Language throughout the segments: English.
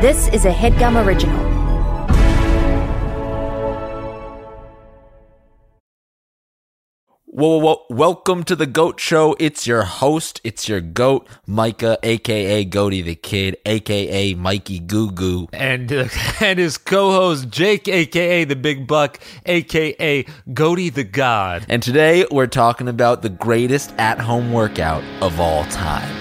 This is a headgum original. Whoa, whoa, whoa. Welcome to the GOAT Show. It's your host. It's your GOAT, Micah, aka Goaty the Kid, aka Mikey Goo Goo. and uh, and his co-host Jake, aka the Big Buck, aka Goaty the God. And today we're talking about the greatest at home workout of all time.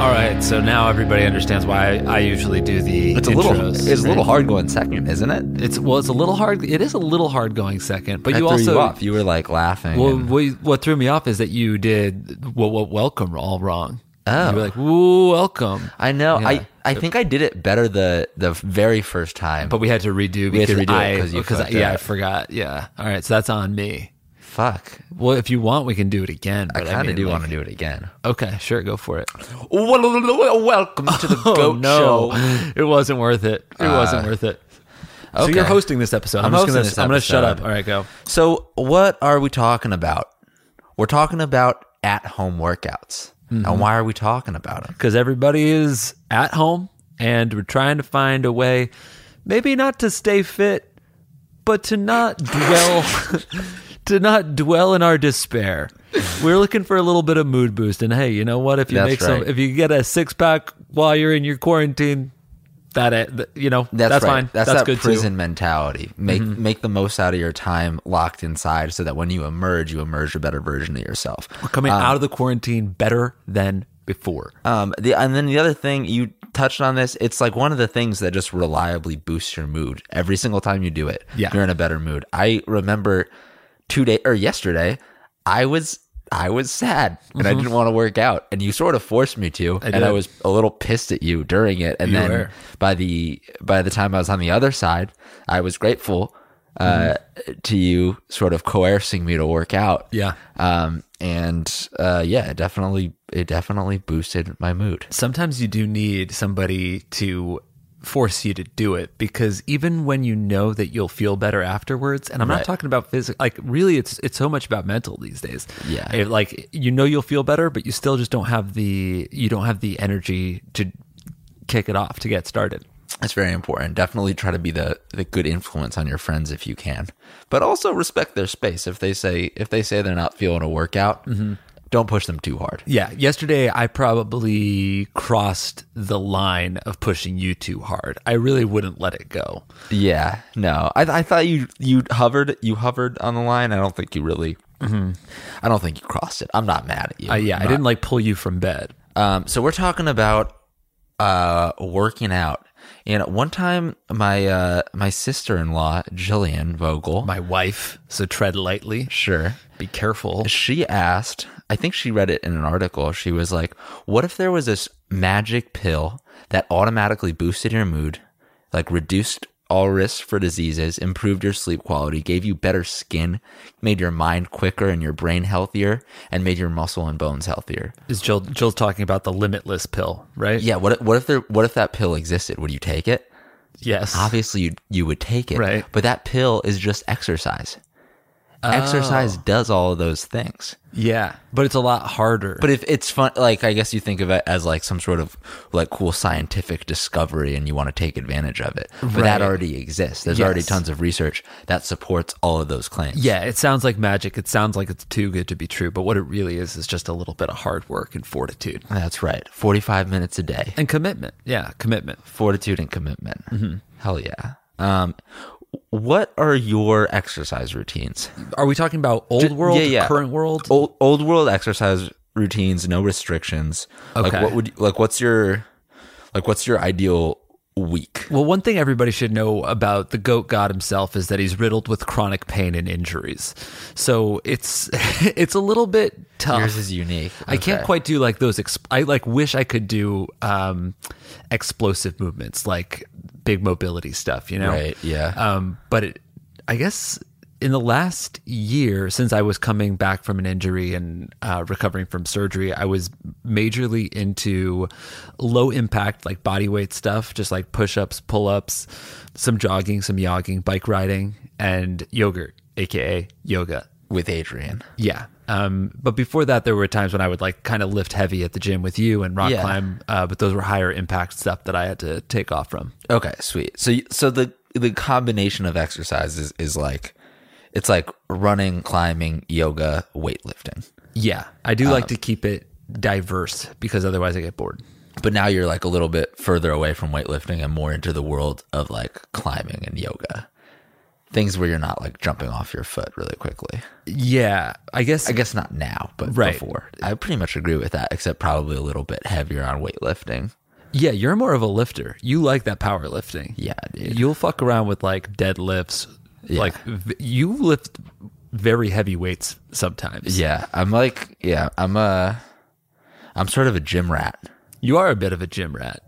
All right, so now everybody understands why I, I usually do the It's a little, intros, it's a little right? hard going second, isn't it? It's well, it's a little hard. It is a little hard going second, but I you threw also you off. You were like laughing. well, and- what, what threw me off is that you did what what welcome all wrong. Oh. you were like "Woo, welcome, I know. Yeah. I, I think I did it better the the very first time. but we had to redo We had because to redo it I 'cause you because I- fucked yeah I up. forgot yeah. All right, so that's on me. fuck, Well, if you want, we can do it again. I But kind of mean, do like- want to do it again. Okay, sure, go for it. Wel- wel- wel- Welcome to the Oh, Goat no. Show. It wasn't worth it. It wasn't worth it. So okay. you're hosting this episode. I'm, I'm just hosting gonna this I'm gonna shut up. episode. All right, go. So, what are we talking about? We're talking about at home workouts. Mm-hmm. And why are we talking about them? Because everybody is at home and we're trying to find a way, maybe not to stay fit, but to not dwell to not dwell in our despair. We're looking for a little bit of mood boost. And hey, you know what? If you That's make some right. if you get a six pack while you're in your quarantine, that you know, that's, right. fine. That's, that good too. Mm-hmm. prison mentality. Make make the most out of your time locked inside, so that when you emerge, you emerge a better version of yourself. coming out of the quarantine better than before. Um, the, and then the other thing you touched on this, it's like one of the things that just reliably boosts your mood every single time you do it. Yeah. you're in a better mood. I remember two day or yesterday, I was I was sad and I didn't want to work out, and you sort of forced me to, and I Mm-hmm. did. was a little pissed at you during it, and then were. by the by the time I was on the other side, I was grateful uh, to you sort of coercing me to work out. Yeah. Um, and uh, yeah, it definitely it definitely boosted my mood. Sometimes you do need somebody to force you to do it because even when you know that you'll feel better afterwards, and I'm not talking about physical, like really, it's it's so much about mental these days. Yeah. It- like you know you'll feel better, but you still just don't have the you don't have the energy to kick it off to get started. That's very important. Definitely try to be the the good influence on your friends if you can, but also respect their space. If they say if they say they're not feeling a workout, don't push them too hard. Yeah, yesterday I probably crossed the line of pushing you too hard. I really wouldn't let it go. Yeah, no. I, I thought you you hovered you hovered on the line. I don't think you really. Mm-hmm. I don't think you crossed it. I'm not mad at you. Uh, yeah, I Not- didn't like pull you from bed. Um, so we're talking about uh, working out. And one time, my uh, my sister in law, Jillian Vogel, My wife, so tread lightly. sure, Be careful. she asked. I think she read it in an article. She was like, "What if there was this magic pill that automatically boosted your mood, like reduced all risks for diseases, improved your sleep quality, gave you better skin, made your mind quicker and your brain healthier, and made your muscle and bones healthier?" Is Jill Jill's talking about the limitless pill, right? Yeah. What if, what if there? What if that pill existed? Would you take it? Yes. obviously you you would take it, Right. But that pill is just exercise. Exercise Oh. does all of those things. Yeah. But it's a lot harder. But if it's fun, like I guess you think of it as like some sort of like cool scientific discovery, and you want to take advantage of it. But that Right. already exists. There's Yes. already tons of research that supports all of those claims. yeah, it sounds like magic. It sounds like it's too good to be true. But what it really is is just a little bit of hard work and fortitude. that's right. Forty-five minutes a day, And commitment. Yeah, commitment. fortitude and commitment. Mm-hmm. Hell yeah. Um, what are your exercise routines? Are we talking about old world, yeah, yeah. current world? old old world exercise routines, no restrictions. Like Okay. what would you, like what's your like what's your ideal week? Well, one thing everybody should know about the goat god himself is that he's riddled with chronic pain and injuries. So it's it's a little bit tough. Yours is unique. I can't quite do like those. Exp- I like wish I could do um, explosive movements, like big mobility stuff, you know. Uh, Right, yeah. Um, but it, I guess in the last year, since I was coming back from an injury and uh, recovering from surgery, I was majorly into low impact, like body weight stuff, just like push ups, pull ups, some jogging, some jogging, bike riding, and yogurt, AKA yoga. with Adrian. Yeah. Um, but before that, there were times when I would like kind of lift heavy at the gym with you and rock Yeah. climb, uh, but those were higher impact stuff that I had to take off from. Okay, sweet. So you- so the the combination of exercises is like it's like running, climbing, yoga, weightlifting. Yeah. I do like to keep it diverse because otherwise I get bored. But now you're like a little bit further away from weightlifting and more into the world of like climbing and yoga. Things where you're not like jumping off your foot really quickly. Yeah. I guess I guess not now, but Right. before. I pretty much agree with that, except probably a little bit heavier on weightlifting. Yeah, you're more of a lifter. You like that powerlifting. Yeah, dude. You'll fuck around with like deadlifts. Yeah. Like v- you lift very heavy weights sometimes. Yeah, I'm like, yeah, I'm a, I'm sort of a gym rat. You are a bit of a gym rat.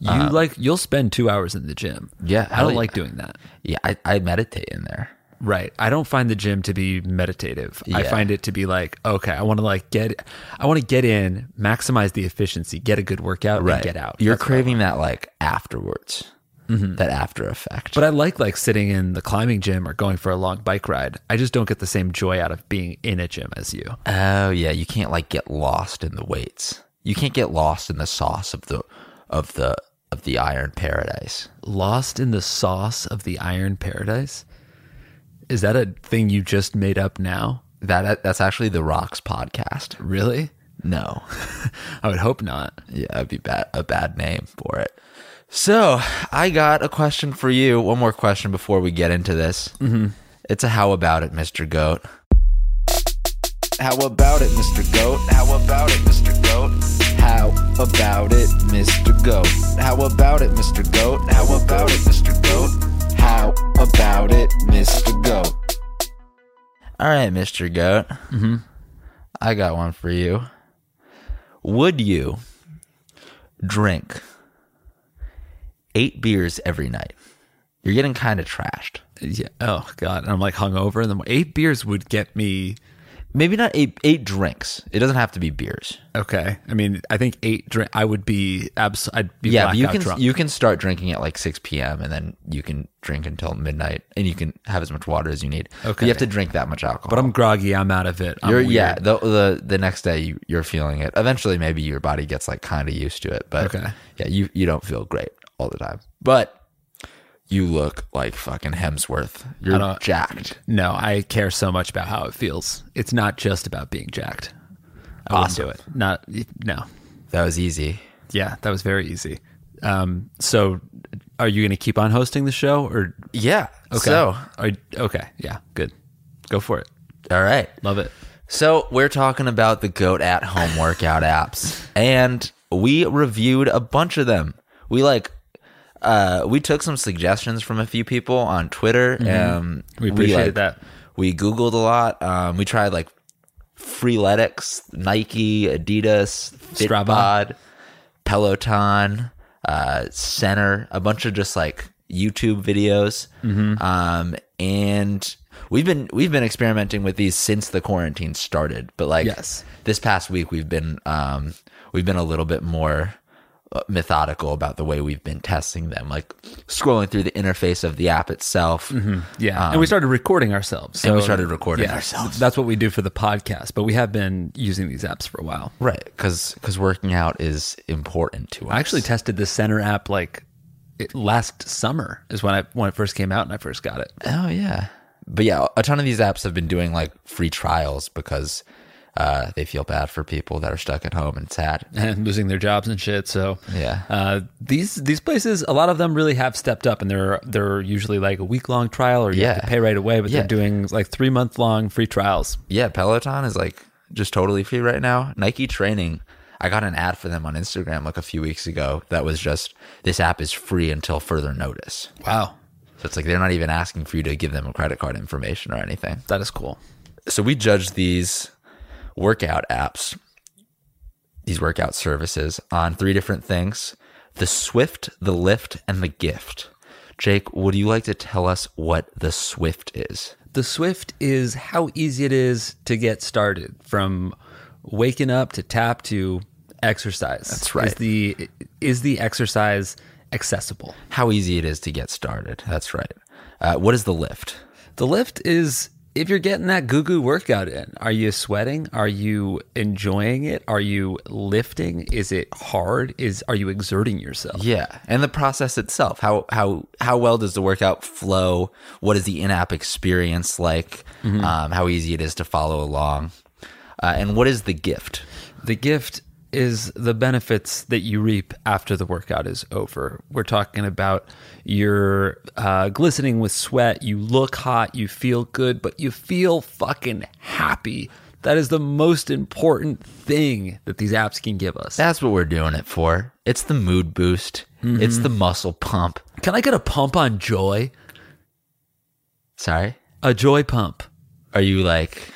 You like you'll spend 2 hours in the gym. Yeah, I hell don't yeah. like doing that. Yeah, I, I meditate in there. Right. I don't find the gym to be meditative. I Yeah. find it to be like, okay, I want to like get I want to get in, maximize the efficiency, get a good workout and get out. You're That's what I craving that like Mm-hmm. afterwards, that after effect. But I like like sitting in the climbing gym or going for a long bike ride. I just don't get the same joy out of being in a gym as you. oh yeah, you can't like get lost in the weights. You can't get lost in the sauce of the, of the of the iron paradise. Lost in the sauce of the iron paradise? Is that a thing you just made up now? That that's actually the Rocks podcast. Really? No, I would hope not. yeah, that'd be bad, a bad name for it. So I got a question for you. One more question before we get into this. Mm-hmm. It's a how about it, Mister Goat. How about it, Mr. Goat? How about it, Mr. Goat? How about it, Mr. Goat? How about it, Mr. Goat? How about it, Mr. Goat? How about it, Mr. Goat? All right, Mr. Goat. Mm-hmm. I got one for you. Would you drink eight beers every night? You're getting kind of trashed. Yeah. Oh god, I'm like hungover and then eight beers would get me Maybe not eight eight drinks. It doesn't have to be beers. Okay. I mean, I think eight drink I would be abs- I'd be yeah, but you blackout can drunk. you can start drinking at like six p.m. and then you can drink until midnight, and you can have as much water as you need. Okay. you have to drink that much alcohol. but I'm groggy, I'm out of it. I'm you're, weird. yeah. The, the the next day you, you're feeling it. Eventually, maybe your body gets like kind of used to it. But Okay. yeah, you you don't feel great all the time, but you look like fucking Hemsworth. You're don't- jacked. No, I care so much about how it feels. It's not just about being jacked. I wouldn't do it. Not no. That was easy. Yeah, that was very easy. Um, so, are you going to keep on hosting the show or Yeah. okay? So Are- okay, yeah, good. Go for it. all right. Love it. So we're talking about the goat at home workout apps, and we reviewed a bunch of them. We like, uh, we took some suggestions from a few people on Twitter. Um, Mm-hmm. We appreciated like, that. We googled a lot. Um, we tried like Freeletics, Nike, Adidas, Strava. Fitbod, Peloton, uh, Center, a bunch of just like YouTube videos. Mm-hmm. Um, and we've been we've been experimenting with these since the quarantine started, but like Yes. this past week we've been um, we've been a little bit more uh, methodical about the way we've been testing them, like scrolling through the interface of the app itself. Mm-hmm. Yeah, and we started recording ourselves. So we started recording yeah, ourselves. That's what we do for the podcast. But we have been using these apps for a while. Right, because working out is important to us. I actually tested the Center app like it, last summer is when I when it first came out and I first got it. Oh yeah. But yeah, a ton of these apps have been doing like free trials because uh, they feel bad for people that are stuck at home and sad. and losing their jobs and shit. So Yeah. uh, these these places, a lot of them really have stepped up, and they're they're usually like a week long trial, or you have Yeah. to pay right away. But Yeah. they're doing like three month long free trials. Yeah, Peloton is like just totally free right now. Nike Training, I got an ad for them on Instagram like a few weeks ago that was just this app is free until further notice. Wow, So it's like they're not even asking for you to give them a credit card information or anything. that is cool. so we judge these workout apps, these workout services on three different things the Swift, the Lyft, and the Gift. Jake, would you like to tell us what the Swift is? the Swift is how easy it is to get started from waking up to tap to exercise. That's right. Is the is the exercise accessible? How easy it is to get started. That's right. Uh, what is the lift? The lift is if you're getting that goo goo workout in, are you sweating? Are you enjoying it? Are you lifting? Is it hard? Is are you exerting yourself? Yeah, and the process itself. How how how well does the workout flow? What is the in-app experience like? Um, how easy it is to follow along, uh, and what is the gift? The gift is the benefits that you reap after the workout is over. We're talking about you're uh, glistening with sweat, you look hot, you feel good, but you feel fucking happy. That is the most important thing that these apps can give us. That's what we're doing it for. It's the mood boost. It's Mm-hmm. the muscle pump. Can I get a pump on joy? Sorry, A joy pump. are you like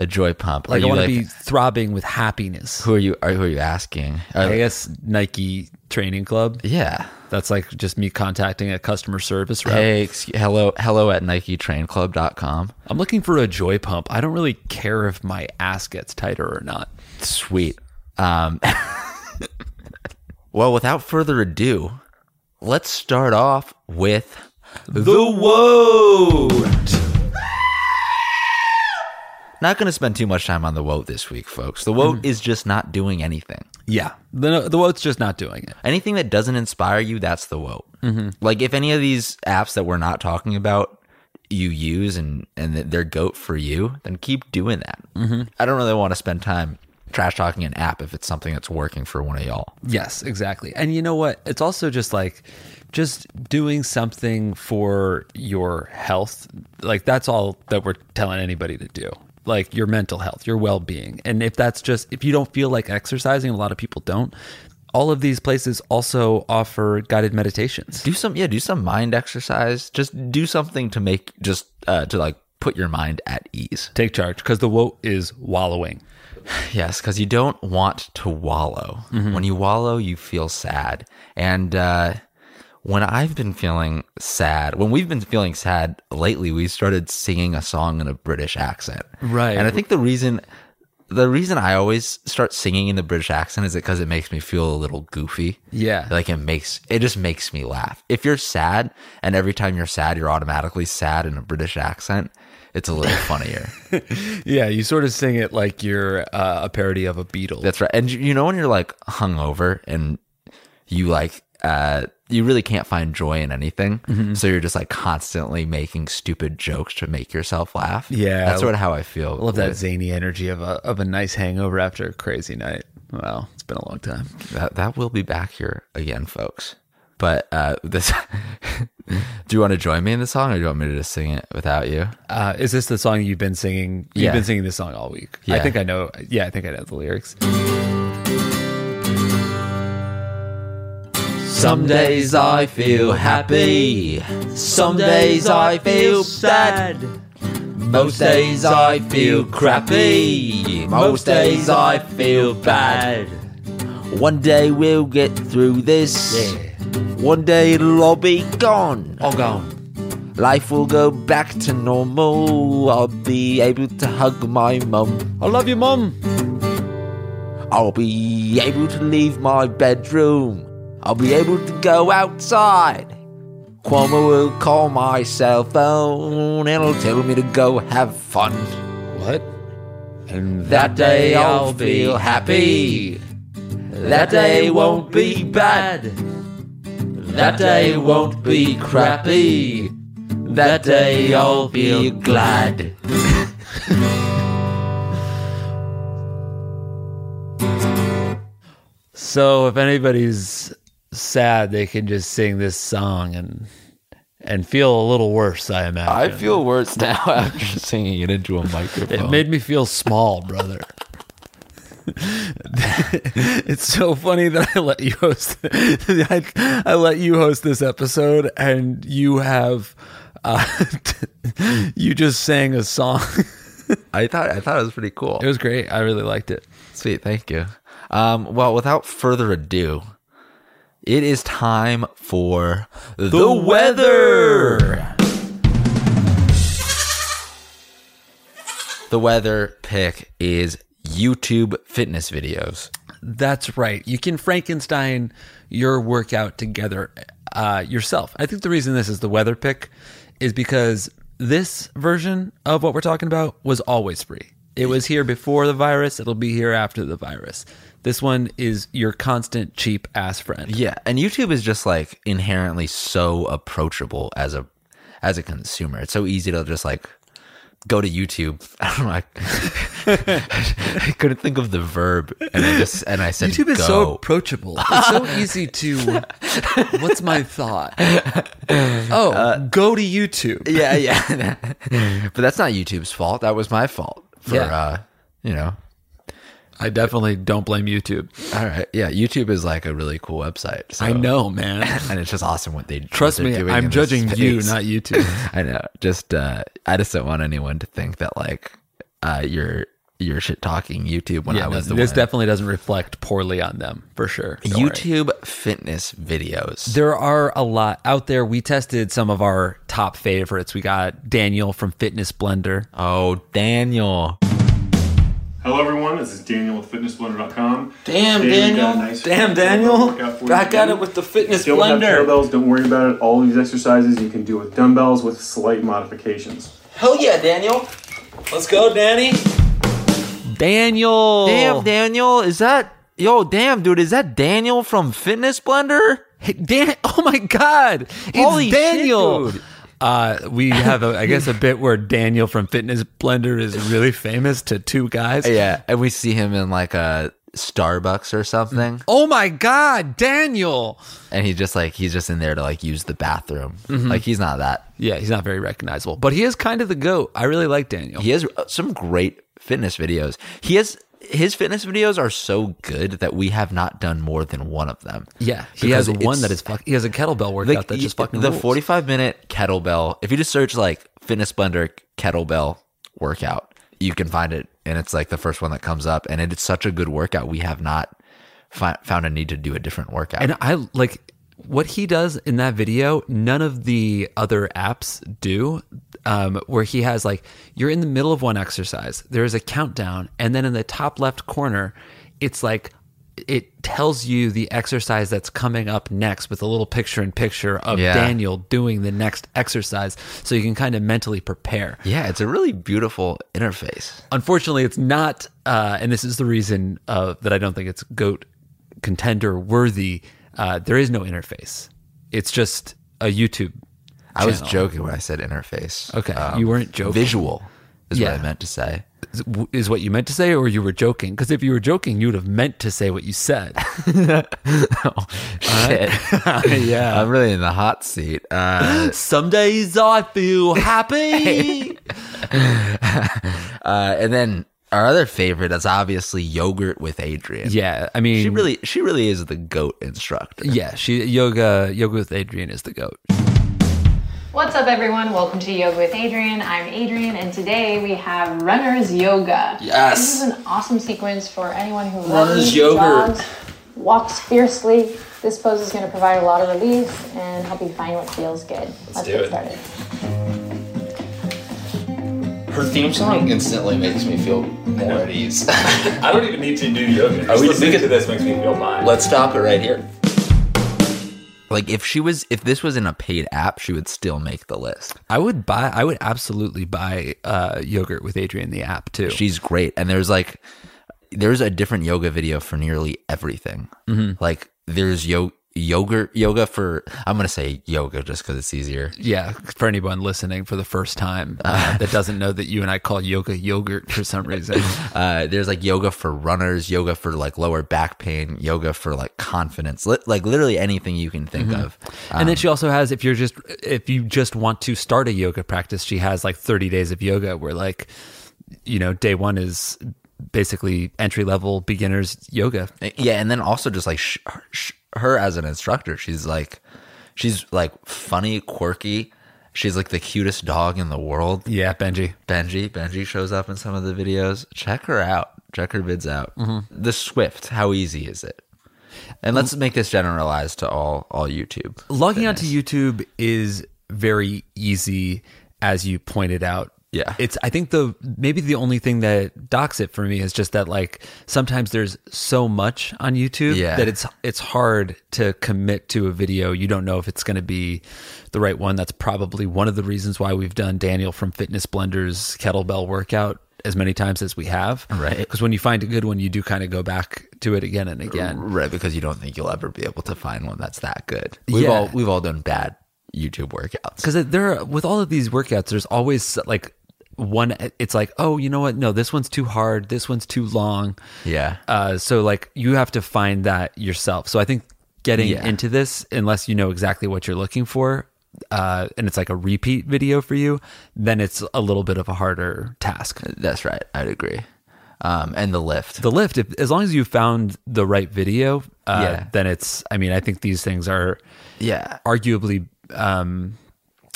a joy pump? Like are I you want to be throbbing with happiness. Who are you? Are, who are you asking? Are- I guess Nike Training Club. yeah. That's like just me contacting a customer service rep. Hey, excuse, hello, hello at NikeTrainClub.com. I'm looking for a joy pump. I don't really care if my ass gets tighter or not. Sweet. Um, well, without further ado, let's start off with The woat. not going to spend too much time on the woe this week, folks. The Mm. woe is just not doing anything. Yeah, the the woat's just not doing it. Anything that doesn't inspire you, that's the woe. Like if any of these apps that we're not talking about you use and and that they're goat for you, then keep doing that. I don't really want to spend time trash talking an app if it's something that's working for one of y'all. Yes, exactly. And you know what? It's also just like just doing something for your health. Like that's all that we're telling anybody to do. Like your mental health, your well-being. And if that's just if you don't feel like exercising, a lot of people don't. All of these places also offer guided meditations. do some yeah do some mind exercise just do something to make just uh, to like put your mind at ease Take charge because the woat is wallowing. yes because you don't want to wallow Mm-hmm. when you wallow you feel sad and uh, when i've been feeling sad when we've been feeling sad lately we started singing a song in a british accent Right. and i think the reason the reason i always start singing in the british accent is because it makes me feel a little goofy Yeah. like it makes it just makes me laugh. If you're sad and every time you're sad you're automatically sad in a British accent, it's a little funnier. Yeah, you sort of sing it like you're uh, a parody of a Beatle. That's right. And you- you know when you're like hungover and you like uh you really can't find joy in anything. Mm-hmm. So you're just like constantly making stupid jokes to make yourself laugh. Yeah. That's sort of how I feel. I love that zany energy of a of a nice hangover after a crazy night. Wow, it's been a long time. that that will be back here again, folks. But uh this do you want to join me in the song or do you want me to just sing it without you? Uh, is this the song you've been singing? You've Yeah. been singing this song all week. I Yeah. think I know. Yeah, I think I know the lyrics. Some days I feel happy. Some days I feel sad. Most days I feel crappy. Most days I feel bad. One day we'll get through this. One day it'll all be gone. All gone. Life will go back to normal. I'll be able to hug my mum. I love you, mom. I'll be able to leave my bedroom. I'll be able to go outside. Cuomo will call my cell phone and will tell me to go have fun. What? And That day I'll feel happy. That day won't be bad. That day won't be crappy. That day I'll feel glad. So if anybody's sad, they can just sing this song and and feel a little worse. I imagine. feel worse now after singing it into a microphone. It made me feel small, brother. it's so funny that I let you host. I, I let you host this episode, and you have, uh, you just sang a song. I thought I thought it was pretty cool. It was great. I really liked it. Sweet, thank you. Um, well, without further ado, it is time for the, weather. The weather pick is YouTube fitness videos. That's right. You can Frankenstein your workout together uh, yourself. I think the reason this is the weather pick is because this version of what we're talking about was always free. It was here before the virus, it'll be here after the virus. This one is your constant cheap ass friend. Yeah, and YouTube is just like inherently so approachable as a as a consumer. It's so easy to just like go to YouTube. I don't know. I, I couldn't think of the verb, and I just and I said YouTube is go. so approachable. It's so easy to. What's my thought? Oh, go to YouTube. yeah, yeah. but that's not YouTube's fault. That was my fault for Yeah. uh, you know. I definitely don't blame YouTube. All right, yeah. YouTube is like a really cool website. so- I know, man. and it's just awesome what they what Trust they're me, doing I'm in this judging you, space. not YouTube. I know. Just uh, I just don't want anyone to think that like uh, you're you're shit talking YouTube when Yeah, I no, was the this one. definitely doesn't reflect poorly on them for sure. Don't worry. YouTube fitness videos. There are a lot out there. We tested some of our top favorites. We got Daniel from Fitness Blender. Oh, Daniel. Hello, everyone. This is Daniel with FitnessBlender.com. Damn, Today we got Daniel. a nice Damn, little Daniel. workout for you Back to at do. it with the Fitness If you don't have Blender. Kettlebells, don't worry about it. All these exercises you can do with dumbbells with slight modifications. Hell yeah, Daniel. Let's go, Danny. Daniel. Damn, Daniel. Is that yo? Damn, dude. Is that Daniel from Fitness Blender? Hey, Dan- oh my God! It's Holy Daniel. shit, dude. uh, we have, a, I guess, a bit where Daniel from Fitness Blender is really famous to two guys. Yeah, and we see him in like a Starbucks or something, Oh my God, Daniel! and he just like he's just in there to like use the bathroom. Like he's not that. Yeah, he's not very recognizable, but he is kind of the goat. I really like Daniel. He has uh, some great fitness videos. He has his fitness videos are so good that we we have not done more than one of them. Yeah, he has Because one that it's- is fuck. He has a kettlebell workout that just y- fucking the rules. 45 minute kettlebell if you just search like fitness blender kettlebell workout you can find it and it's like the first one that comes up and it's such a good workout we have not fi- found a need to do a different workout And I like what he does in that video, none of the other apps do. Um, where he has like, you're in the middle of one exercise, there is a countdown, and then in the top left corner, it's like, it tells you the exercise that's coming up next with a little picture in picture of Yeah. Daniel doing the next exercise so you can kind of mentally prepare. yeah it's a really beautiful interface Unfortunately, it's not, uh, and this is the reason uh, that I don't think it's goat contender worthy. Uh, there is no interface. It's just a YouTube. i was Channel. joking when i said interface Um, Okay, you weren't joking. visual is Yeah. what i meant to say Is- Is what you meant to say, or you were joking? Because if you were joking, you would have meant to say what you said. Shit. yeah. i'm really in the hot seat uh, Some days I feel happy. uh, and then our other favorite is obviously yogurt with adrian yeah, I mean, she really she really is the goat instructor yeah, she yoga yoga with Adrian is the goat. What's up, everyone? Welcome to Yoga with Adrian. I'm Adrian, and today we have runner's yoga. Yes. This is an awesome sequence for anyone who Runner's runs, yoga. jogs, walks fiercely. This pose is going to provide a lot of relief and help you find what feels good. Let's, get started. Her theme song instantly makes me feel more at ease. I don't even need to do yoga. Just we- we listening could- to this makes me feel fine. Let's stop it right here. Like if she was if this was in a paid app, she would still make the list. I would buy. I would absolutely buy uh, yogurt with Adrian the app too. She's great. And there's like there's a different yoga video for nearly everything. Mm-hmm. Like there's yo yogurt yoga for I'm gonna say yoga just because it's easier. yeah, for anyone listening for the first time uh, that doesn't know that you and I call yoga yogurt for some reason. Uh, there's like yoga for runners, yoga for like lower back pain, yoga for like confidence, li- like literally anything you can think of. and then she also has, if you're just if you just want to start a yoga practice, she has like 30 days of yoga where like, you know, day one is basically entry level beginners yoga. Uh, yeah and then also just like sh- her, sh- her as an instructor she's like she's like funny quirky she's like the cutest dog in the world Yeah, Benji. benji benji shows up in some of the videos check her out check her vids out the swift how easy is it and let's make this generalized to all all youtube Logging onto YouTube is very easy, as you pointed out. Yeah. it's i think the maybe the only thing that docks it for me is just that like sometimes there's so much on youtube Yeah. that it's it's hard to commit to a video you don't know if it's going to be the right one that's probably one of the reasons why we've done daniel from fitness blenders kettlebell workout as many times as we have Right. because when you find a good one you do kind of go back to it again and again Right, because you don't think you'll ever be able to find one that's that good. We've Yeah. all we've all done bad YouTube workouts. because there are, with all of these workouts there's always like one it's like oh you know what no this one's too hard this one's too long yeah. Uh, so like you have to find that yourself. So I think getting Yeah. into this, unless you know exactly what you're looking for, uh, and it's like a repeat video for you, then it's a little bit of a harder task. that's right. I'd agree. Um, and the lift. The lift, if, as long as you found the right video, uh, Yeah. then it's. I mean, I think these things are yeah. arguably. Um,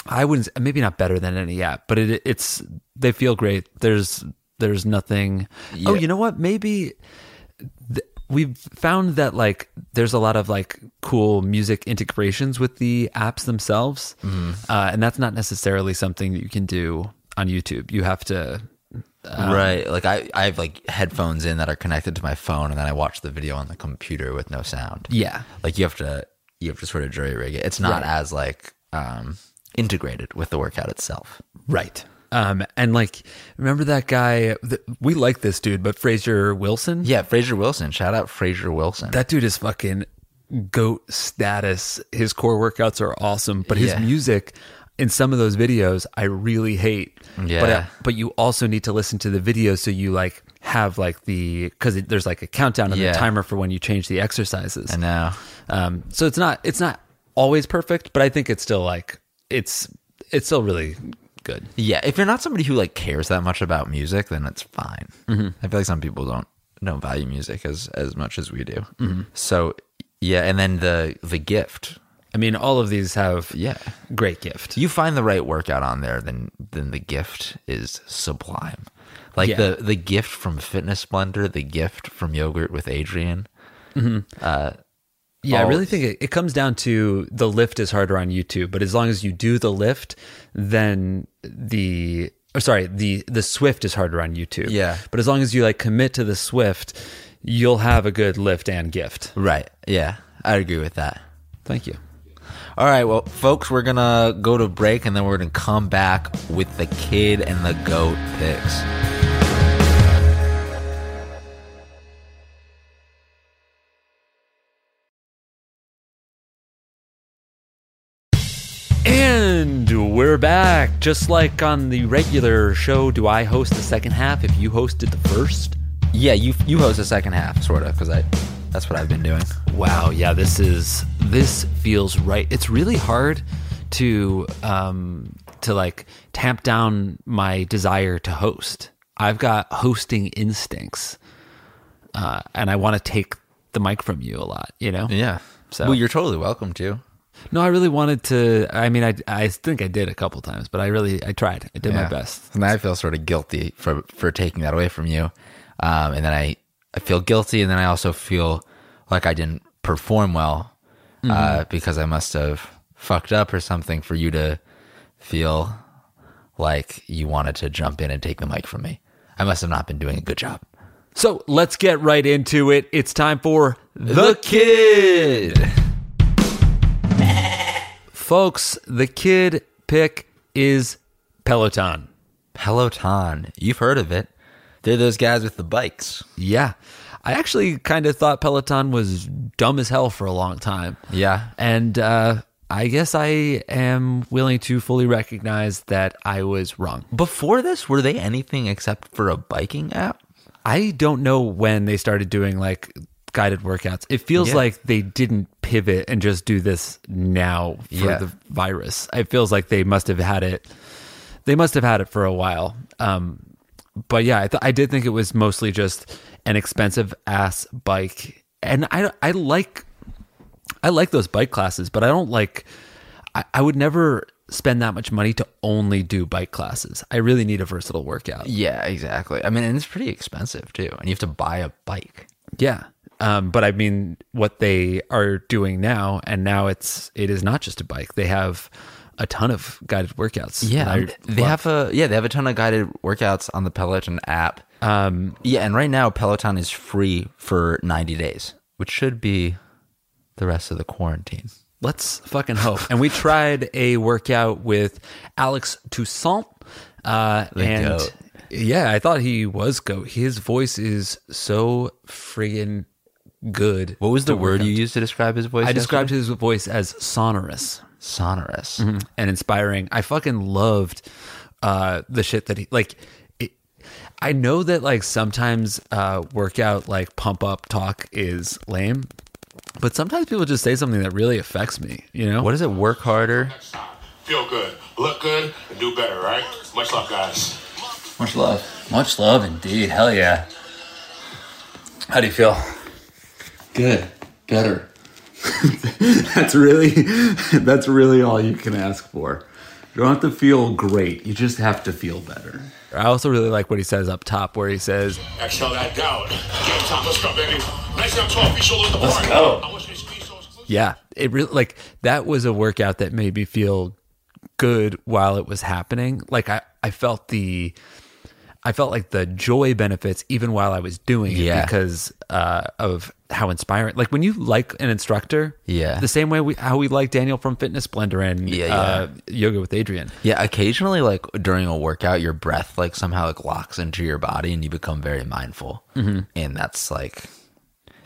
I wouldn't s- maybe not better than any app, but it, it's they feel great. There's there's nothing. Oh, Yeah. you know what? Maybe we've found that like there's a lot of like cool music integrations with the apps themselves uh, and that's not necessarily something that you can do on youtube you have to right. Um, Like I, I have like headphones in that are connected to my phone and then I watch the video on the computer with no sound. yeah Like you have to you have to sort of jury rig it. It's not Right. as like um integrated with the workout itself. right um and like remember that guy th- we like this dude but fraser wilson Yeah, Fraser Wilson. Shout out Fraser Wilson. that dude is fucking goat status. His core workouts are awesome, but his Yeah. music in some of those videos I really hate. But, uh, Yeah. but you also need to listen to the video so you like have like the because there's like a countdown and Yeah. a timer for when you change the exercises. I know. Um, so it's not it's not always perfect, but I think it's still like it's it's still really good. Yeah, if you're not somebody who like cares that much about music, then it's fine. I feel like some people don't don't value music as as much as we do. So yeah, and then the the gift. I mean, all of these have Yeah, great gift. you find the right workout on there, then then the gift is sublime. Like Yeah. the the gift from Fitness Blender, the gift from Yogurt with Adrian. Yeah, I all- really think it, it comes down to the lift is harder on YouTube, but as long as you do the lift, then the or sorry, the the Swift is harder on YouTube. Yeah. But as long as you like commit to the Swift, you'll have a good lift and gift. Right. Yeah, I agree with that. Thank you. All right, well, folks, we're gonna go to break, and then we're gonna come back with the kid and the goat picks. And we're back. Just like on the regular show, do I host the second half if you hosted the first? Yeah, you you host the second half, sort of, because I that's what I've been doing. Wow, yeah, this is this feels right. It's really hard to um to like tamp down my desire to host. I've got hosting instincts. Uh and I want to take the mic from you a lot, you know? Yeah. So- well, you're totally welcome to. No, I really wanted to I mean I I think I did a couple times, but I really I tried. I did my Yeah. best. And I feel sort of guilty for for taking that away from you, um, and then I I feel guilty, and then I also feel like I didn't perform well uh, because I must have fucked up or something for you to feel like you wanted to jump in and take the mic from me. I must have not been doing a good job. So, let's get right into it. It's time for The kid. folks, the kid pick is Peloton. Peloton. You've heard of it. They're those guys with the bikes. Yeah. I actually kind of thought Peloton was dumb as hell for a long time. Yeah. And uh, I guess I am willing to fully recognize that I was wrong. Before this, were they anything except for a biking app? I don't know when they started doing like guided workouts. It feels Yeah. like they didn't pivot and just do this now for Yeah. the virus. It feels like they must have had it. They must have had it for a while. Um, but yeah, I, th- I did think it was mostly just an expensive ass bike, and I I like I like those bike classes, but I don't like. I, I would never spend that much money to only do bike classes. I really need a versatile workout. Yeah, exactly. I mean, and it's pretty expensive too. And you have to buy a bike. Yeah. Um, but I mean, what they are doing now, and now it's it is not just a bike. They have a ton of guided workouts. Yeah, And I they love- have a yeah they have a ton of guided workouts on the Peloton app. Um, yeah, and right now Peloton is free for ninety days, which should be the rest of the quarantine. Let's fucking hope. and we tried a workout with Alex Toussaint. Uh, The and goat. yeah, I thought he was go. His voice is so friggin' good. What was the to word workout. you used to describe his voice? I described yesterday? Mm-hmm. his voice as sonorous sonorous. and inspiring. I fucking loved uh, the shit that he like. It, I know that like sometimes uh, workout like pump up talk is lame, but sometimes people just say something that really affects me. You know What is it? Work harder. Feel good, look good, and do better, right? Much love, guys. Much love. Much love indeed. Hell yeah. How do you feel? Good. Better. that's really that's really all you can ask for. You don't have to feel great. You just have to feel better. I also really like what he says up top, where he says, Exhale that down. Game time, let's go, baby. Nice down 12, feet shoulder at the Let's bar. go. I wish they squeeze those glutes. "Yeah, it really like that was a workout that made me feel good while it was happening. Like I, I felt the." I felt like the joy benefits even while I was doing it Yeah. because uh, of how inspiring. Like when you like an instructor, Yeah. the same way we how we like Daniel from Fitness Blender and Yeah, yeah. Uh, Yoga with Adrian. Yeah, occasionally, like during a workout, your breath like somehow like locks into your body, and you become very mindful. And that's like,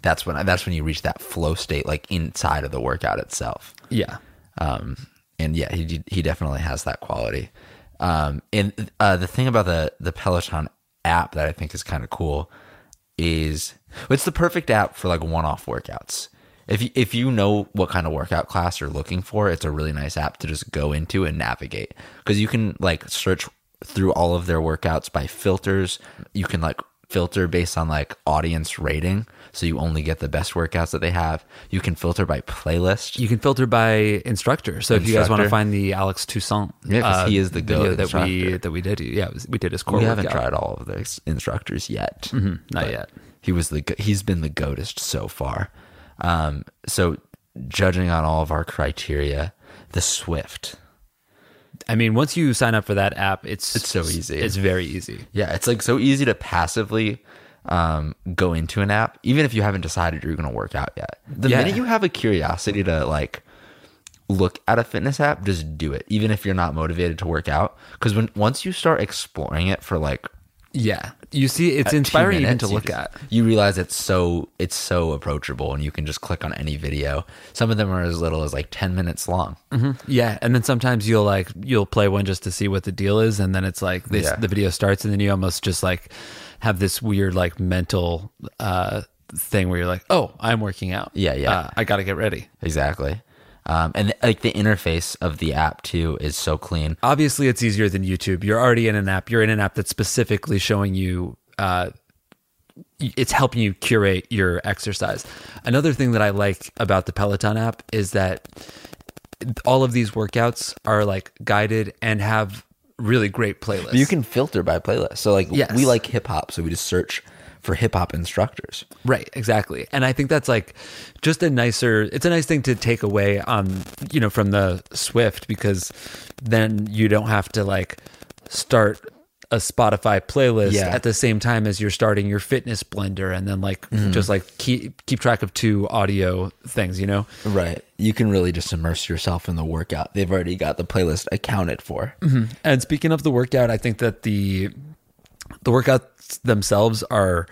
that's when that's when you reach that flow state, like inside of the workout itself. Yeah, Um, and yeah, he he definitely has that quality. Um, and uh, the thing about the the Peloton app that I think is kind of cool is it's the perfect app for like one off workouts. If you, if you know what kind of workout class you're looking for, it's a really nice app to just go into and navigate because you can like search through all of their workouts by filters. You can like filter based on like audience rating, so you only get the best workouts that they have. You can filter by playlist. you can filter by instructor. So if you guys want to Instructor. find the Alex Toussaint, uh, Yeah, 'cause he is the video goat that we instructor. that we did. Yeah, it was- we did his core. we haven't workout. tried all of the s- instructors yet. Mm-hmm. Not but yet. He was the go- he's been the goatist so far. Um, so judging on all of our criteria, the Swift. I mean, once you sign up for that app, it's It's so easy. It's very easy. Yeah, it's like so easy to passively um, go into an app, even if you haven't decided you're going to work out yet. The Yeah. minute you have a curiosity to like look at a fitness app, just do it, even if you're not motivated to work out. Because when once you start exploring it for like Yeah, you see, it's few inspiring even minutes, to you look just- at. You realize it's so it's so approachable, and you can just click on any video. Some of them are as little as like ten minutes long. Yeah, and then sometimes you'll like you'll play one just to see what the deal is, and then it's like this, Yeah. the video starts, and then you almost just like have this weird like mental uh, thing where you're like, oh, I'm working out. Yeah, yeah. Uh, I got to get ready. Exactly, um, and like the interface of the app too is so clean. Obviously, it's easier than YouTube. You're already in an app. You're in an app that's specifically showing you. Uh, y- it's helping you curate your exercise. Another thing that I like about the Peloton app is that all of these workouts are like guided and have really great playlists. You can filter by playlist. So like Yes. we like hip hop, so we just search for hip hop instructors. Right, exactly. And I think that's like just a nicer it's a nice thing to take away on you know from the Swift because then you don't have to like start a Spotify playlist Yeah. at the same time as you're starting your fitness blender and then like just like keep keep track of two audio things, you know? Right. You can really just immerse yourself in the workout. They've already got the playlist accounted for. And speaking of the workout, I think that the the workouts themselves are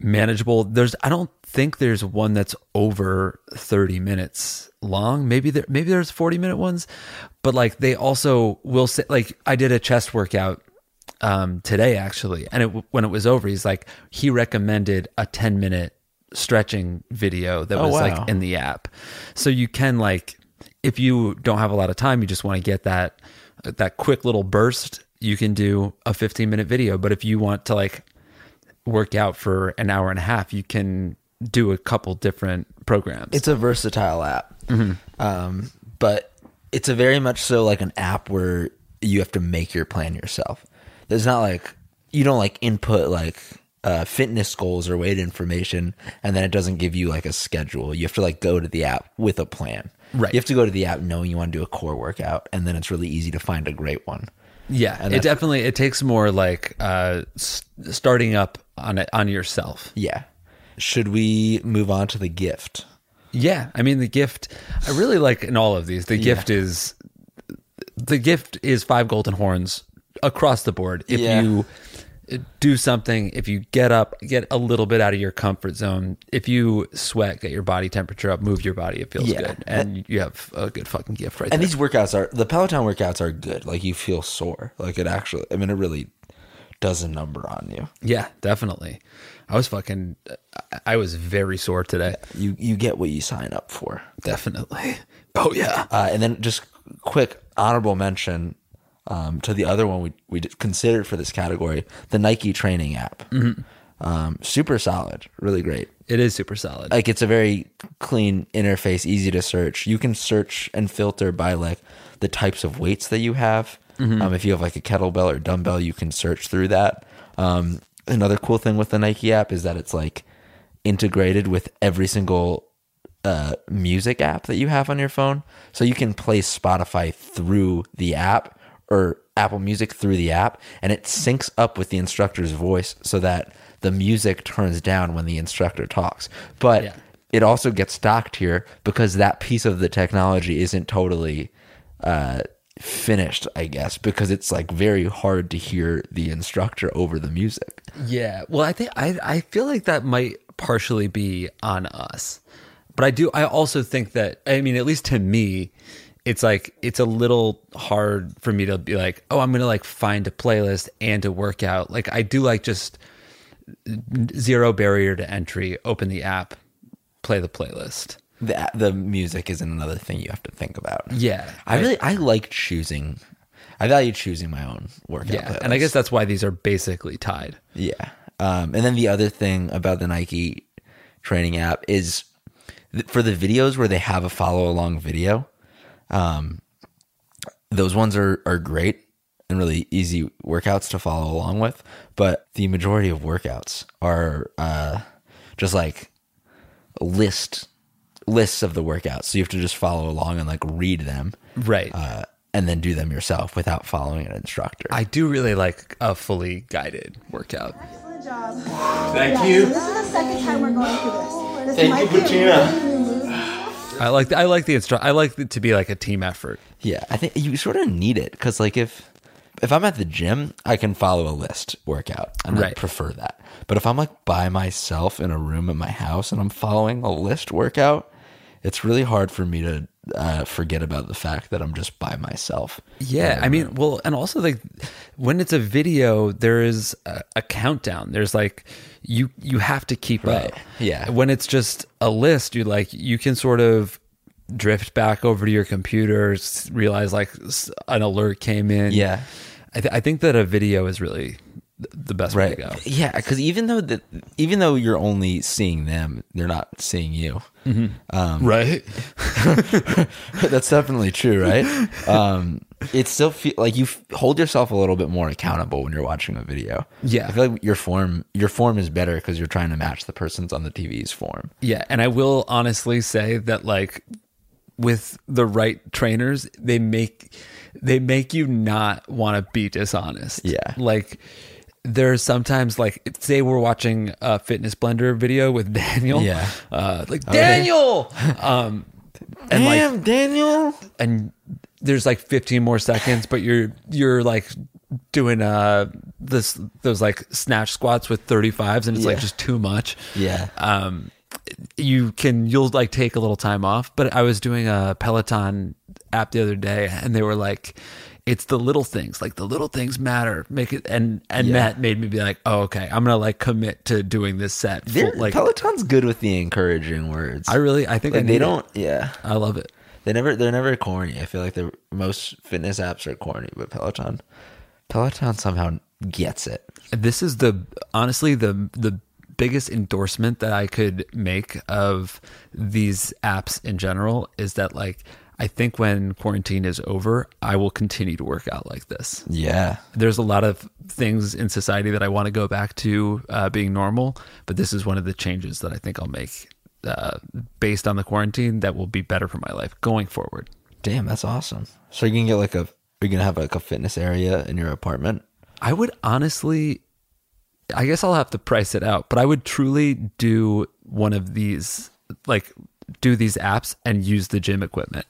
manageable. There's I don't think there's one that's over 30 minutes long. Maybe there maybe there's 40 minute ones, but like they also will say like I did a chest workout um today actually and it when it was over he's like he recommended a 10 minute stretching video that was wow. like in the app so you can like if you don't have a lot of time you just want to get that that quick little burst you can do a 15 minute video but if you want to like work out for an hour and a half you can do a couple different programs it's a versatile app um, but it's a very much so like an app where you have to make your plan yourself there's not like you don't like input like uh, fitness goals or weight information and then it doesn't give you like a schedule you have to like go to the app with a plan Right. You have to go to the app knowing you want to do a core workout, and then it's really easy to find a great one. Yeah, it that's- definitely it takes more like uh, s- starting up on it on yourself. Yeah. Should we move on to the gift? Yeah, I mean the gift. I really like in all of these. The gift is the gift is five golden horns across the board. If Yeah. you do something, if you get up, get a little bit out of your comfort zone. If you sweat, get your body temperature up, move your body, it feels Yeah. good, and you have a good fucking gift right And there. these workouts are the Peloton workouts are good. Like you feel sore. Like it actually. I mean, it really does a number on you. yeah, definitely. I was fucking. I- I was very sore today. You you get what you sign up for. Definitely. Oh yeah. Uh, and then just quick honorable mention um, to the other one we we did- considered for this category, the Nike training app. Um, super solid, really great. It is super solid. Like it's a very clean interface, easy to search. You can search and filter by like the types of weights that you have. Um, if you have like a kettlebell or dumbbell, you can search through that. Um, another cool thing with the Nike app is that it's like integrated with every single uh, music app that you have on your phone. So you can play Spotify through the app or Apple Music through the app, and it syncs up with the instructor's voice so that the music turns down when the instructor talks. But Yeah. it also gets docked here because that piece of the technology isn't totally uh, finished, I guess, because it's like very hard to hear the instructor over the music. yeah. Well, I think I I feel like that might partially be on us. But I do I also think that I mean at least to me it's like it's a little hard for me to be like, "Oh, I'm going to like find a playlist and to work out." Like I do like just zero barrier to entry, open the app, play the playlist. The, the music isn't another thing you have to think about. Yeah. I really I like choosing. I value choosing my own workout. yeah. And I playlist. guess that's why these are basically tied. yeah. Um, and then the other thing about the Nike training app is th- for the videos where they have a follow along video. Um, those ones are are great and really easy workouts to follow along with. But the majority of workouts are uh, just like list lists of the workouts, so you have to just follow along and like read them Right. uh, and then do them yourself without following an instructor. I do really like a fully guided workout. Excellent job. Thank you. This is the second time we're going through this. This Thank might you, be a Bettina. really new move. I like I like the instru- I like it to be like a team effort. yeah, I think you sort of need it because like if if I'm at the gym, I can follow a list workout, and I Right. prefer that. But if I'm like by myself in a room at my house and I'm following a list workout, it's really hard for me to uh, forget about the fact that I'm just by myself. Yeah, I mean, well, and also like when it's a video, there is a, a countdown. There's like you you have to keep up. yeah. When it's just a list, you like you can sort of drift back over to your computer, s- realize like s- an alert came in. Yeah. I, th- I think that a video is really th- the best way to go. Yeah, because even though that, even though you're only seeing them, they're not seeing you. Right. That's definitely true, right? Um, it still feel like you f- hold yourself a little bit more accountable when you're watching a video. Yeah. I feel like your form your form is better because you're trying to match the person's on the TV's form. Yeah, and I will honestly say that like with the right trainers, they make they make you not want to be dishonest. Yeah. Like there's sometimes like say we're watching a fitness blender video with Daniel. Yeah. Uh like Daniel. um and like Daniel! and there's like 15 more seconds but you're you're like doing uh this those like snatch squats with 35s and it's like Yeah. just too much Yeah. um you can you'll like take a little time off but i was doing a peloton app the other day and they were like it's the little things like the little things matter make it and and Yeah. that made me be like oh okay i'm gonna like commit to doing this set full- They're- like Peloton's good with the encouraging words. i really i think I like, need they it. don't. Yeah, i love it they never. They're never corny. I feel like the most fitness apps are corny, but Peloton, Peloton somehow gets it. this is the honestly the the biggest endorsement that I could make of these apps in general is that like I think when quarantine is over, I will continue to work out like this. Yeah, There's a lot of things in society that I want to go back to uh, being normal, but this is one of the changes that I think I'll make uh, based on the quarantine that will be better for my life going forward. Damn, that's awesome. So you can get like a you're gonna have like a fitness area in your apartment. I would honestly, I guess I'll have to price it out, but I would truly do one of these, like do these apps and use the gym equipment.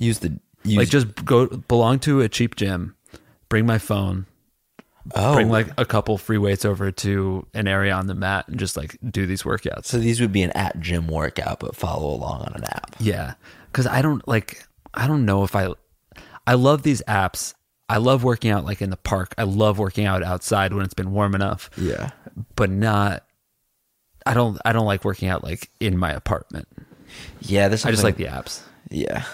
Use the use, Like just go belong to a cheap gym, bring my phone, oh, bring like a couple free weights over to an area on the mat and just like do these workouts. so these would be an at gym workout, but follow along on an app. Yeah. Cause I don't like, I don't know if I, I love these apps. I love working out like in the park. I love working out outside when it's been warm enough. Yeah. but not I don't I don't like working out like in my apartment. Yeah, there's I just like something- the apps. Yeah.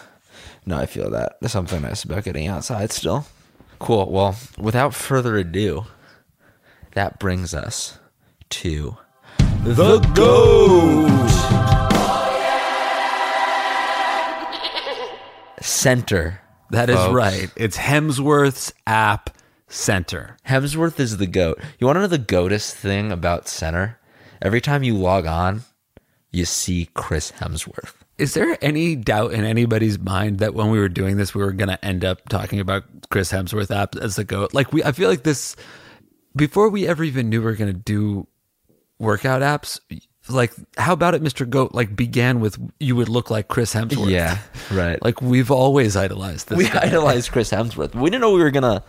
No, I feel that. There's something nice about getting outside still. Cool. Well, without further ado, that brings us to the GOAT Center. That is folks. right. It's Hemsworth's app center. Hemsworth is the GOAT. You want to know the GOATest thing about Center? Every time you log on, you see Chris Hemsworth. Is there any doubt in anybody's mind that when we were doing this we were going to end up talking about Chris Hemsworth app as the goat? Like we I feel like this before we ever even knew we were going to do workout apps like how about it Mr. Goat like began with you would look like Chris Hemsworth. Yeah, right. Like we've always idolized this. we guy. idolized Chris Hemsworth. We didn't know we were gonna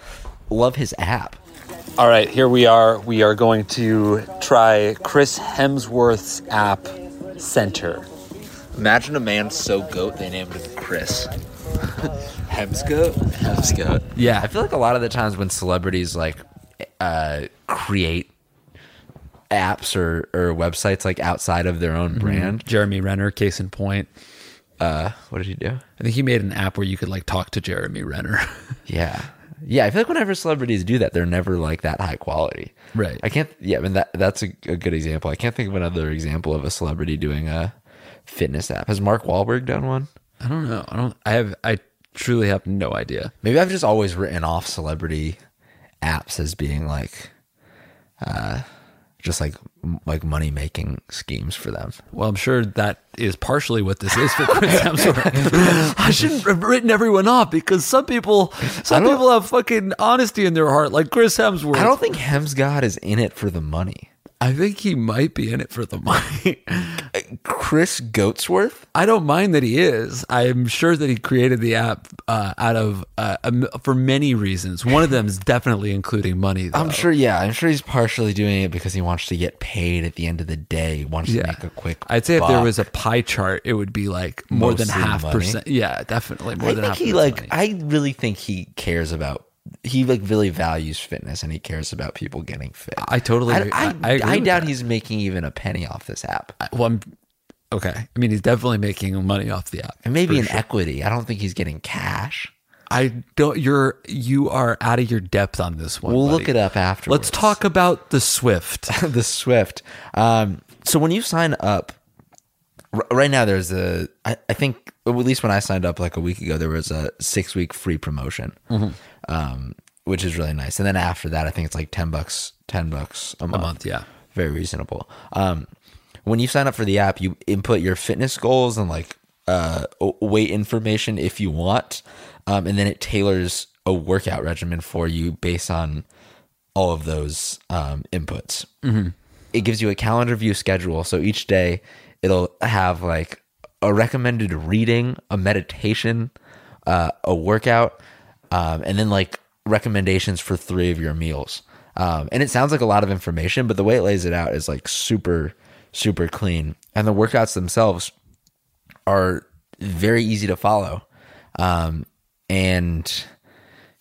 love his app. All right, here we are. We are going to try Chris Hemsworth's app center. Imagine a man so goat they named him Chris. Hemsgoat. Hemsgoat. Yeah. I feel like a lot of the times when celebrities like uh, create apps or, or websites like outside of their Mm-hmm. own brand, Jeremy Renner, case in point. what did he do? I think he made an app where you could like talk to Jeremy Renner. Yeah. Yeah, I feel like whenever celebrities do that, they're never like that high quality. Right. I can't yeah, I mean that that's a, a good example. I can't think of another example of a celebrity doing a fitness app. Has Mark Wahlberg done one? I don't know. I don't I have I truly have no idea. Maybe I've just always written off celebrity apps as being like, uh, just like like money making schemes for them. Well, I'm sure that is partially what this is for Chris Hemsworth. I shouldn't have written everyone off because some people some I don't- people have fucking honesty in their heart like Chris Hemsworth. I don't think Hemsgod is in it for the money. I think he might be in it for the money. Chris Goatsworth. I don't mind that he is. I'm sure that he created the app uh, out of uh, um, for many reasons. One of them is definitely including money. Though. I'm sure. Yeah, I'm sure he's partially doing it because he wants to get paid at the end of the day. He wants Yeah. to make a quick. I'd say if there buck. was a pie chart, it would be like more than Mostly half money. percent. Yeah, definitely more I than think half. he of it's like. money. I really think he cares about. He like really values fitness and he cares about people getting fit. I totally. I, agree. I, I agree I with doubt that. he's making even a penny off this app. Well, I'm, okay. I mean, he's definitely making money off the app. And maybe in equity. I don't think he's getting cash. I don't. You're you are out of your depth on this one. We'll buddy. look it up afterwards. Let's talk about the Swift. the Swift. Um, so when you sign up, r- right now there's a. I, I think at least when I signed up like a week ago, there was a six week free promotion, Mm-hmm. um, which is really nice. And then after that, I think it's like ten bucks, ten bucks a month. month, yeah. very reasonable. Um, when you sign up for the app, you input your fitness goals and like uh, o- weight information if you want, um, and then it tailors a workout regimen for you based on all of those um, inputs. Mm-hmm. It gives you a calendar view schedule, so each day it'll have like a recommended reading, a meditation, uh, a workout, um, and then like recommendations for three of your meals. Um, and it sounds like a lot of information, but the way it lays it out is like super, super clean. And the workouts themselves are very easy to follow. Um, and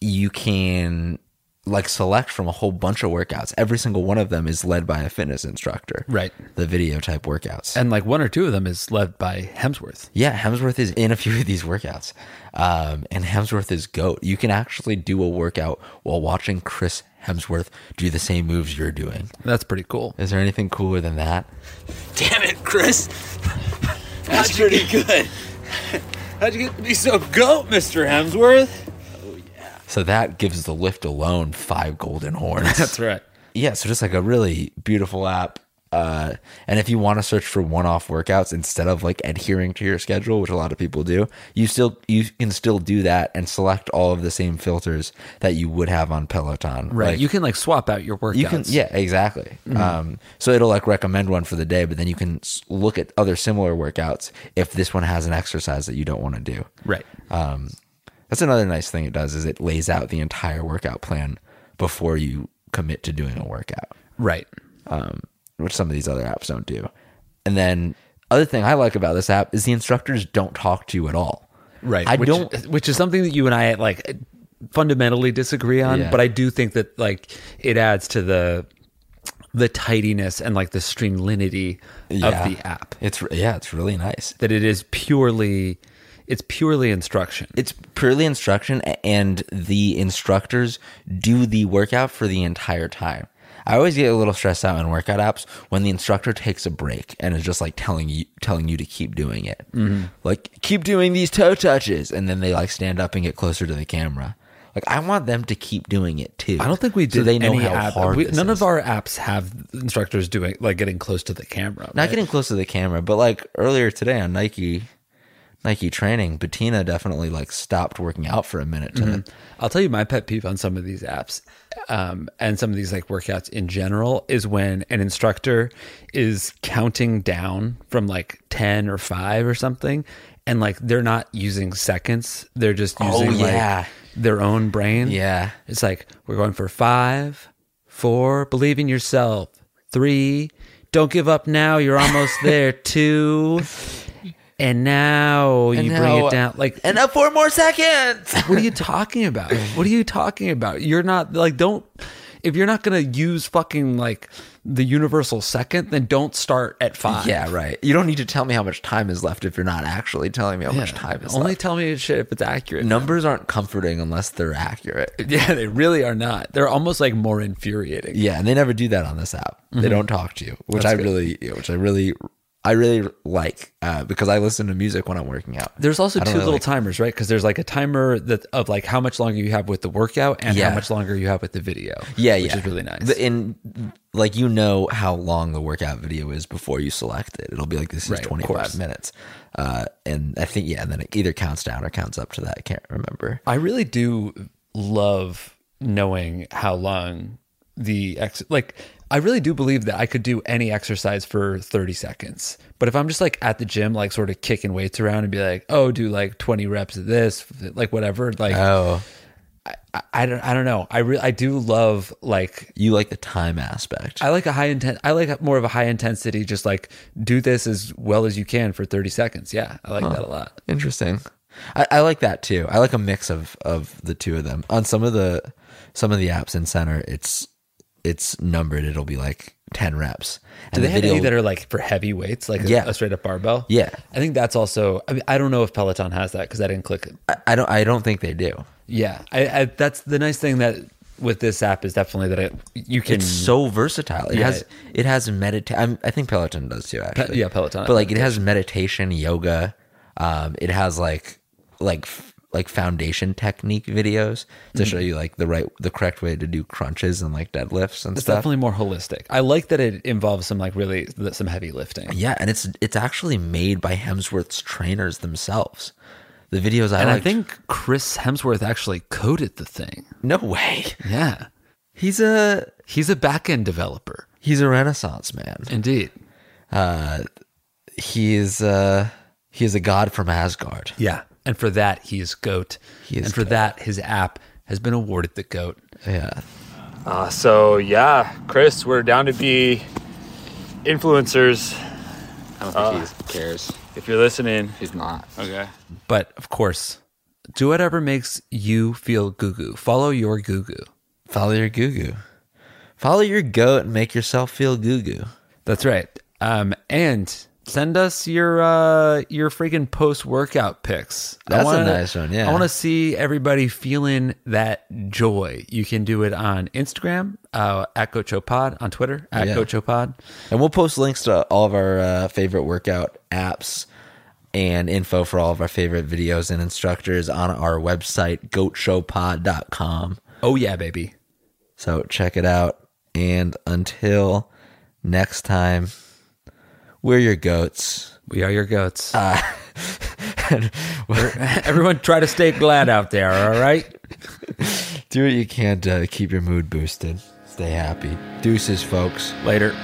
you can like select from a whole bunch of workouts. Every single one of them is led by a fitness instructor. Right. The video type workouts. and like one or two of them is led by Hemsworth. Yeah, Hemsworth is in a few of these workouts. Um, and Hemsworth is GOAT. You can actually do a workout while watching Chris Hemsworth do the same moves you're doing. That's pretty cool. Is there anything cooler than that? Damn it, Chris. That's pretty good. How'd you get to be so goat, Mr. Hemsworth? So that gives the lift alone five golden horns. right. yeah, so just like a really beautiful app. Uh, and if you want to search for one-off workouts instead of like adhering to your schedule, which a lot of people do, you still you can still do that and select all of the same filters that you would have on Peloton. Right. Like, you can like swap out your workouts. you can yeah exactly Mm-hmm. um, so it'll like recommend one for the day but then you can s- look at other similar workouts if this one has an exercise that you don't want to do Right. um, that's another nice thing it does is it lays out the entire workout plan before you commit to doing a workout Right. um, which some of these other apps don't do and then other thing i like about this app is the instructors don't talk to you at all Right. i which, don't which is something that you and I like fundamentally disagree on, Yeah. but I do think that like it adds to the the tidiness and like the streamlinity Yeah. of the app. it's re- yeah it's really nice That it is purely it's purely instruction. it's purely instruction a- and the instructors do the workout for the entire time i always get a little stressed out in workout apps when the instructor takes a break and is just like telling you telling you to keep doing it Mm-hmm. like keep doing these toe touches and then they like stand up and get closer to the camera like i want them to keep doing it too I don't think we do. did they know any how app. hard we- this none is. of our apps have instructors doing like getting close to the camera. not right? getting close to the camera but like earlier today on nike nike training bettina definitely like stopped working out for a minute to I'll tell you my pet peeve on some of these apps um, and some of these like workouts in general is when an instructor is counting down from like 10 or 5 or something and like they're not using seconds they're just using Oh, yeah. like their own brain Yeah. it's like we're going for five four believe in yourself three don't give up now you're almost there two and now you bring now- it down like and up four more seconds what are you talking about? What are you talking about? You're not like don't if you're not gonna use fucking like the universal second, then don't start at five. Yeah, right. You don't need to tell me how much time is left if you're not actually telling me how much time is Only left. tell me shit if it's accurate. Numbers aren't comforting unless they're accurate. Yeah, they really are not. They're almost like more infuriating. Yeah, and they never do that on this app. Mm-hmm. They don't talk to you, which I really, yeah, which I really, I really like uh, because I listen to music when I'm working out. There's also I two don't really little like- timers, right? Because there's like a timer that of like how much longer you have with the workout and Yeah. how much longer you have with the video. yeah, which yeah, is really nice. The- And like you know how long the workout video is before you select it. It'll be like this is Right, of 25 course. minutes, uh, and I think yeah, and then it either counts down or counts up to that. I can't remember. I really do love knowing how long the ex like I really do believe that I could do any exercise for 30 seconds. But if I'm just like at the gym like sort of kicking weights around and be like, "Oh, do like 20 reps of this, like whatever." Like Oh, I, I don't I don't know. I re- I do love like you like the time aspect? I like a high intent I like more of a high intensity just like do this as well as you can for 30 seconds. Yeah, I like that a lot. Interesting. I, I like that too. I like a mix of of the two of them. On some of the some of the apps in Center, it's it's numbered. It'll be like ten reps. Do the they have any that are like for heavy weights, like a- Yeah. a, straight up barbell? Yeah. I think that's also. I mean, I don't know if Peloton has that because I didn't click it. I, I don't. I don't think they do. Yeah, I, I, that's the nice thing that with this app is definitely that it you can. It's so versatile. It Yeah. has it has meditation. I think Peloton does too. Actually, yeah, Peloton. But like it has meditation, yoga. Um, it has like like f- like foundation technique videos Mm-hmm. to show you like the right the correct way to do crunches and like deadlifts and it's stuff. definitely more holistic. I like that it involves some like really some heavy lifting. Yeah, and it's it's actually made by Hemsworth's trainers themselves. The videos I And I liked, think Chris Hemsworth actually coded the thing. no way. Yeah, He's a he's a back end developer, he's a renaissance man. indeed. He is uh he is a god from Asgard. Yeah, and for that he is goat. He is and for goat. that his app has been awarded the goat. Yeah. Uh, so yeah, Chris, we're down to be influencers. Uh, I don't think he cares. If you're listening, He's not. okay. But of course, do whatever makes you feel goo goo. Follow your goo goo. Follow your goo goo. Follow your goat and make yourself feel goo goo. That's right. Um, and send us your uh, your freaking post workout pics. I That's a wanna- nice one, yeah. I want to see everybody feeling that joy. You can do it on Instagram uh, at GochoPod, on Twitter at Yeah. GochoPod. And we'll post links to all of our uh, favorite workout apps and info for all of our favorite videos and instructors on our website goatshowpod.com. Oh yeah, baby. So check it out. And until Next time, we're your goats. We are your goats. Uh, Everyone, try to stay glad out there. All right. do what you can to keep your mood boosted. Stay happy. Deuces, folks. Later.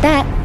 That